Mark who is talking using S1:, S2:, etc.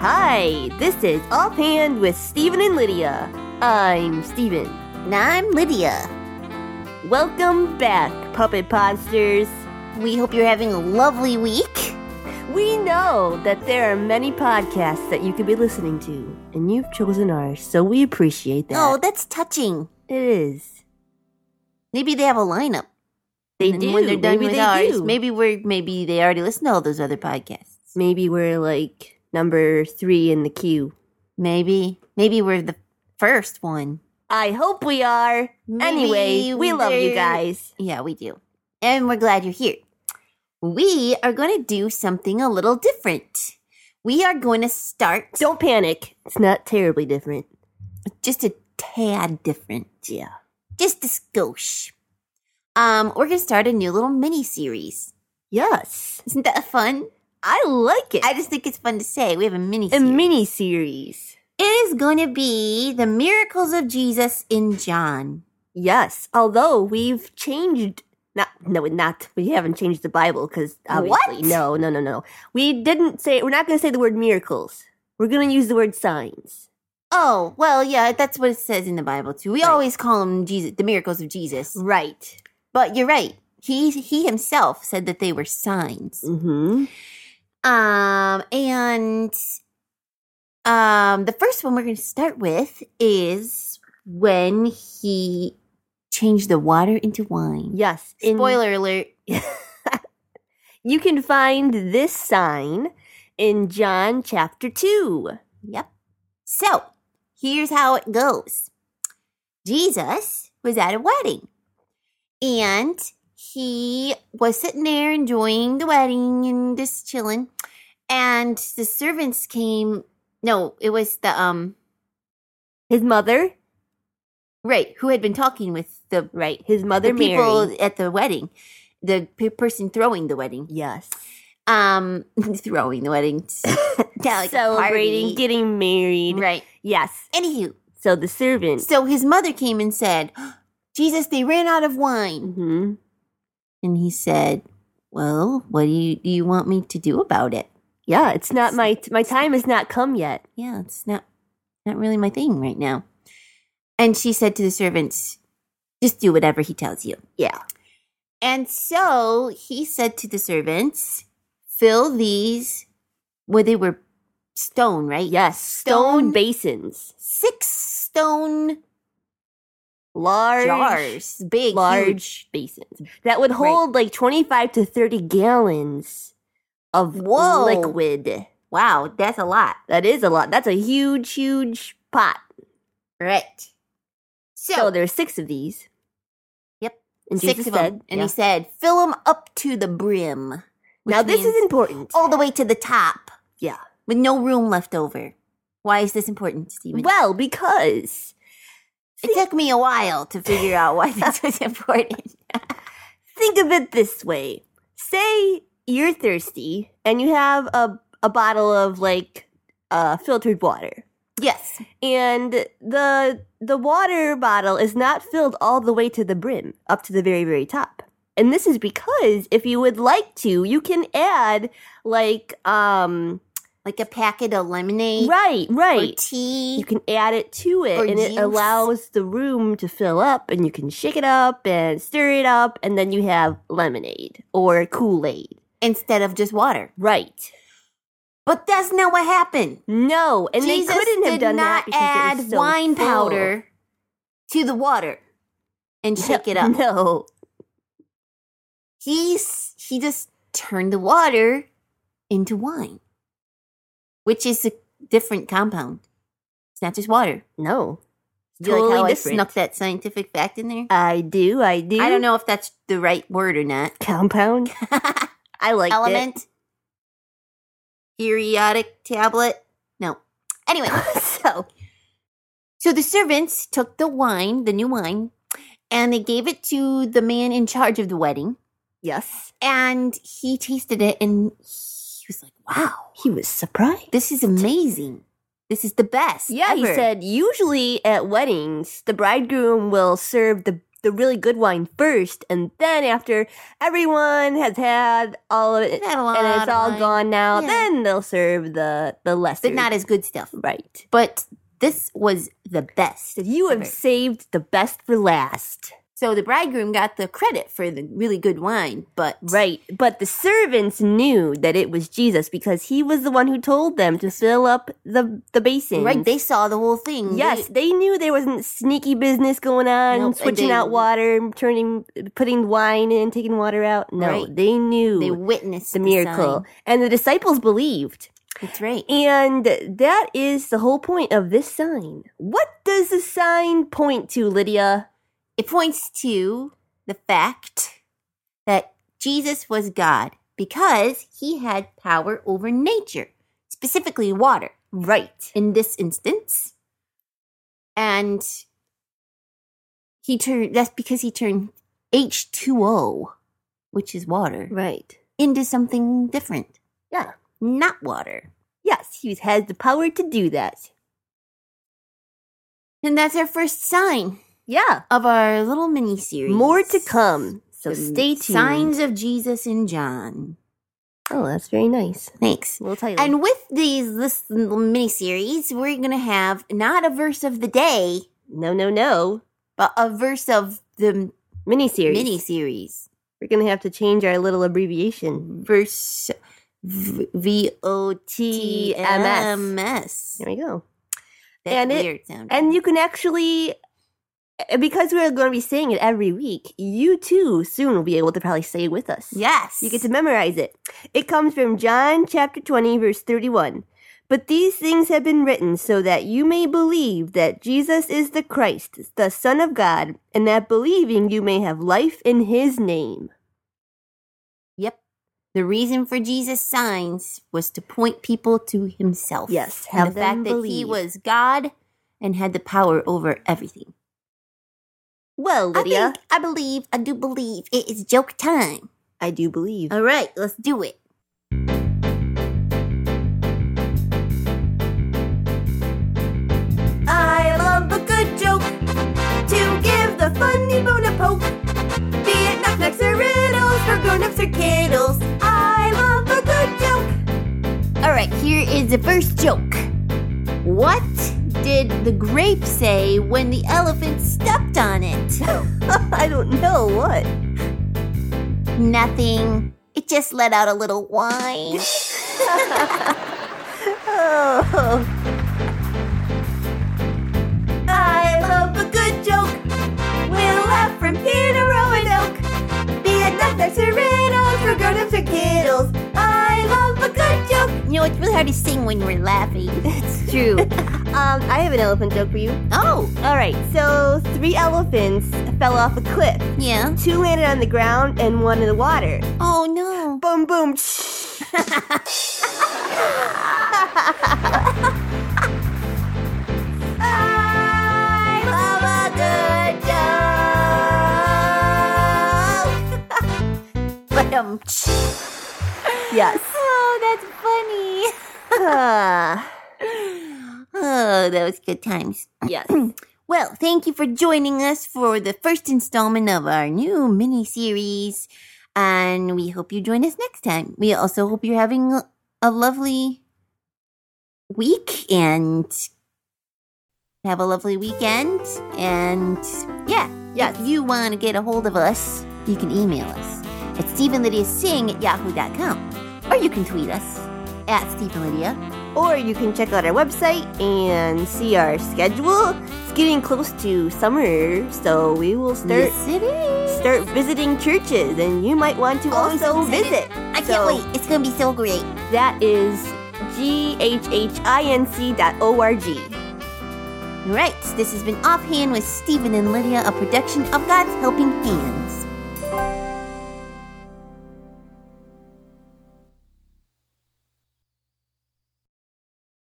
S1: Hi, this is Offhand with Stephen and Lydia. I'm Stephen.
S2: And I'm Lydia.
S1: Welcome back, Puppet Podsters.
S2: We hope you're having a lovely week.
S1: We know that there are many podcasts that you could be listening to, and you've chosen ours, so we appreciate that.
S2: Oh, that's touching.
S1: it is.
S2: Maybe they have a lineup.
S1: They
S2: and
S1: do.
S2: then when they're done
S1: maybe
S2: with
S1: they
S2: ours,
S1: do.
S2: maybe we're maybe they already listen to all those other podcasts.
S1: Maybe we're like number three in the queue.
S2: Maybe maybe we're the first one.
S1: I hope we are. anyway,
S2: Maybe
S1: we love you
S2: they're-
S1: guys.
S2: Yeah, we do. And we're glad you're here. We are going to do something a little different. We are going to start
S1: Don't panic. It's not terribly different.
S2: just a tad different.
S1: Yeah.
S2: Just a skosh. Um, we're going to start a new little mini series.
S1: Yes.
S2: Isn't that fun?
S1: I like it.
S2: I just think it's fun to say. We have a mini
S1: a
S2: series.
S1: mini series.
S2: It is going to be the miracles of Jesus in John.
S1: Yes, although we've changed. Not, no, not. We haven't changed the Bible because obviously.
S2: What?
S1: No, no, no, no. We didn't say. We're not going to say the word miracles. We're going to use the word signs.
S2: Oh, well, yeah, that's what it says in the Bible too. We
S1: Right.
S2: always call him Jesus, the miracles of Jesus.
S1: Right.
S2: But you're right. He he himself said that they were signs.
S1: Mm-hmm.
S2: Um and um the first one we're going to start with is when he changed the water into wine.
S1: Yes. in-
S2: Spoiler alert.
S1: You can find this sign in John chapter 2.
S2: Yep. So here's how it goes Jesus was at a wedding and he was sitting there enjoying the wedding and just chilling. And the servants came. No, it was the, um,
S1: His mother,
S2: right, who had been talking with the,
S1: right, his mother
S2: the people
S1: Mary.
S2: at the wedding, the pe- person throwing the wedding.
S1: Yes.
S2: Um, throwing the wedding. Yeah, like a
S1: Celebrating
S2: party.
S1: getting married.
S2: Right.
S1: Yes.
S2: Anywho,
S1: So the servant.
S2: So his mother came and said, Jesus, they ran out of wine.
S1: hmm
S2: And he said, Well, what do you, do you want me to do about it?
S1: Yeah, it's not my my time has not come yet.
S2: Yeah, it's not, not really my thing right now. And she said to the servants, Just do whatever he tells you.
S1: Yeah.
S2: And so he said to the servants, Fill these, where they were stone, right?
S1: Yes, stone
S2: Stone-
S1: basins,
S2: Six stone
S1: large,
S2: jars, big,
S1: large
S2: huge.
S1: basins that would hold like twenty five to thirty gallons of
S2: Whoa.
S1: liquid.
S2: Wow, that's a lot.
S1: That is a lot. That's a huge, huge pot.
S2: Right. So,
S1: So there's six of these.
S2: Yep.
S1: and
S2: six
S1: Jesus
S2: of
S1: said,
S2: them, and
S1: yeah.
S2: he said, "Fill them up to the brim." which
S1: now this
S2: means
S1: is important.
S2: all the way to the top
S1: yeah.
S2: with no room left over. Why is this important, Stephen?
S1: Well, because
S2: it took me a while to figure out why this was important.
S1: think of it this way say you're thirsty and you have a, a bottle of like uh, filtered water
S2: Yes,
S1: and the the water bottle is not filled all the way to the brim up to the very very top and this is because if you would like to you can add like um
S2: like a packet of lemonade
S1: right
S2: or
S1: right you
S2: tea.
S1: can add it to it
S2: Or
S1: and it
S2: juice.
S1: allows the room to fill up and you can shake it up and stir it up and then you have lemonade or kool-aid
S2: Instead of just water,
S1: Right.
S2: but that's not what happened.
S1: No, and
S2: Jesus
S1: they couldn't have
S2: did
S1: done
S2: not
S1: that because it
S2: add
S1: was so
S2: wine
S1: full.
S2: powder to the water and shake it up.
S1: No.
S2: he's he just turned the water into wine, which is a different compound. It's not just water.
S1: No.
S2: Do you like how
S1: Totally
S2: I
S1: different.
S2: snuck that scientific fact in there?
S1: I do, I do.
S2: I don't know if that's the right word or not.
S1: Compound? I like
S2: Element, periodic tablet. No. Anyway, so so the servants took the wine, the new wine, and they gave it to the man in charge of the wedding,
S1: Yes.
S2: and he tasted it, and he was like, "Wow,
S1: He was surprised.
S2: This is amazing. This is the best.
S1: Yeah, he
S2: ever.
S1: said usually at weddings the bridegroom will serve the the really good wine first, and then after everyone has had all of it
S2: We've had a lot
S1: and it's
S2: of
S1: all
S2: wine,
S1: gone now,
S2: Yeah.
S1: then they'll serve the the lesser.
S2: but not as good stuff.
S1: right.
S2: But this was the best.
S1: So you have
S2: Ever.
S1: saved the best for last.
S2: So the bridegroom got the credit for the really good wine, but
S1: Right. But the servants knew that it was Jesus because he was the one who told them to fill up the the basin.
S2: right, they saw the whole thing.
S1: Yes,
S2: They-
S1: they knew there wasn't sneaky business going on,
S2: Nope, and
S1: switching
S2: they-
S1: out water, turning, putting wine in, taking water out. No,
S2: Right.
S1: they knew
S2: they witnessed
S1: the miracle,
S2: sign.
S1: and the disciples believed.
S2: That's right.
S1: And that is the whole point of this sign. What does the sign point to, Lydia?
S2: It points to the fact that Jesus was God because he had power over nature, specifically water
S1: Right.
S2: in this instance. And he turned that's because he turned H2O, which is water,
S1: Right.
S2: into something different.
S1: Yeah.
S2: Not water.
S1: Yes, he has the power to do that.
S2: And that's our first sign
S1: Yeah.
S2: of our little mini series.
S1: More to come. So
S2: The
S1: stay tuned.
S2: Signs of Jesus and John.
S1: Oh, that's very nice.
S2: Thanks.
S1: We'll tell you.
S2: And with these this mini series, we're gonna have not a verse of the day,
S1: no, no, no.
S2: but a verse of the
S1: Miniseries.
S2: mini series.
S1: We're gonna have to change our little abbreviation.
S2: Verse V O T M S.
S1: There we go.
S2: That
S1: And it-
S2: weird sound.
S1: And you can actually, eh, because we're going to be saying it every week, you too soon will be able to probably say it with us.
S2: yes,
S1: You get to memorize it. It comes from John chapter 20, verse 31. But these things have been written so that you may believe that Jesus is the Christ, the Son of God, and that believing you may have life in his name.
S2: Yep. The reason for Jesus' signs was to point people to himself.
S1: Yes,
S2: And
S1: have
S2: the
S1: them
S2: fact that he
S1: believe.
S2: was God and had the power over everything.
S1: Well, Lydia, I,
S2: I think, I believe, I do believe it is joke time.
S1: do believe.
S2: All right, let's do it.
S1: I love a good joke to give the funny bone a poke. Be it knockbacks or riddles for grown-ups or kiddles. I love a good joke.
S2: All right, here is the first joke. What did the grape say when the elephant stepped on it?
S1: I don't know what.
S2: Nothing. It just let out a little whine.
S1: Oh. I love a good joke. We'll laugh from here to Roanoke. Be it knockbacks or riddles for grown-ups or kiddles. I love a good joke.
S2: you know, it's really hard to sing when we're laughing.
S1: It's true. um, I have an elephant joke for you.
S2: Oh,
S1: All right, so three elephants fell off a cliff.
S2: yeah.
S1: Two landed on the ground and one in the water.
S2: Oh, no.
S1: Boom, boom. I love a good joke.
S2: But um,
S1: Yes.
S2: oh,
S1: Uh,
S2: that's funny. Oh, that was good times.
S1: yes.
S2: Well, thank you for joining us for the first installment of our new mini series, and we hope you join us next time. We also hope you're having a lovely week and have a lovely weekend. And yeah,
S1: Yes.
S2: if you want to get a hold of us, you can email us at StephenLydiaSing at yahoo.com, or you can tweet us at StephenLydia.
S1: Or you can check out our website and see our schedule. It's getting close to summer, so we will start
S2: Yes, it is.
S1: start visiting churches, and you might want to
S2: Oh, I'm so
S1: also visit.
S2: excited. I
S1: So-
S2: can't wait. It's going to be so great.
S1: That is g h h i n c dot o r g.
S2: Right, this has been Offhand with Stephen and Lydia, a production of God's Helping Hands.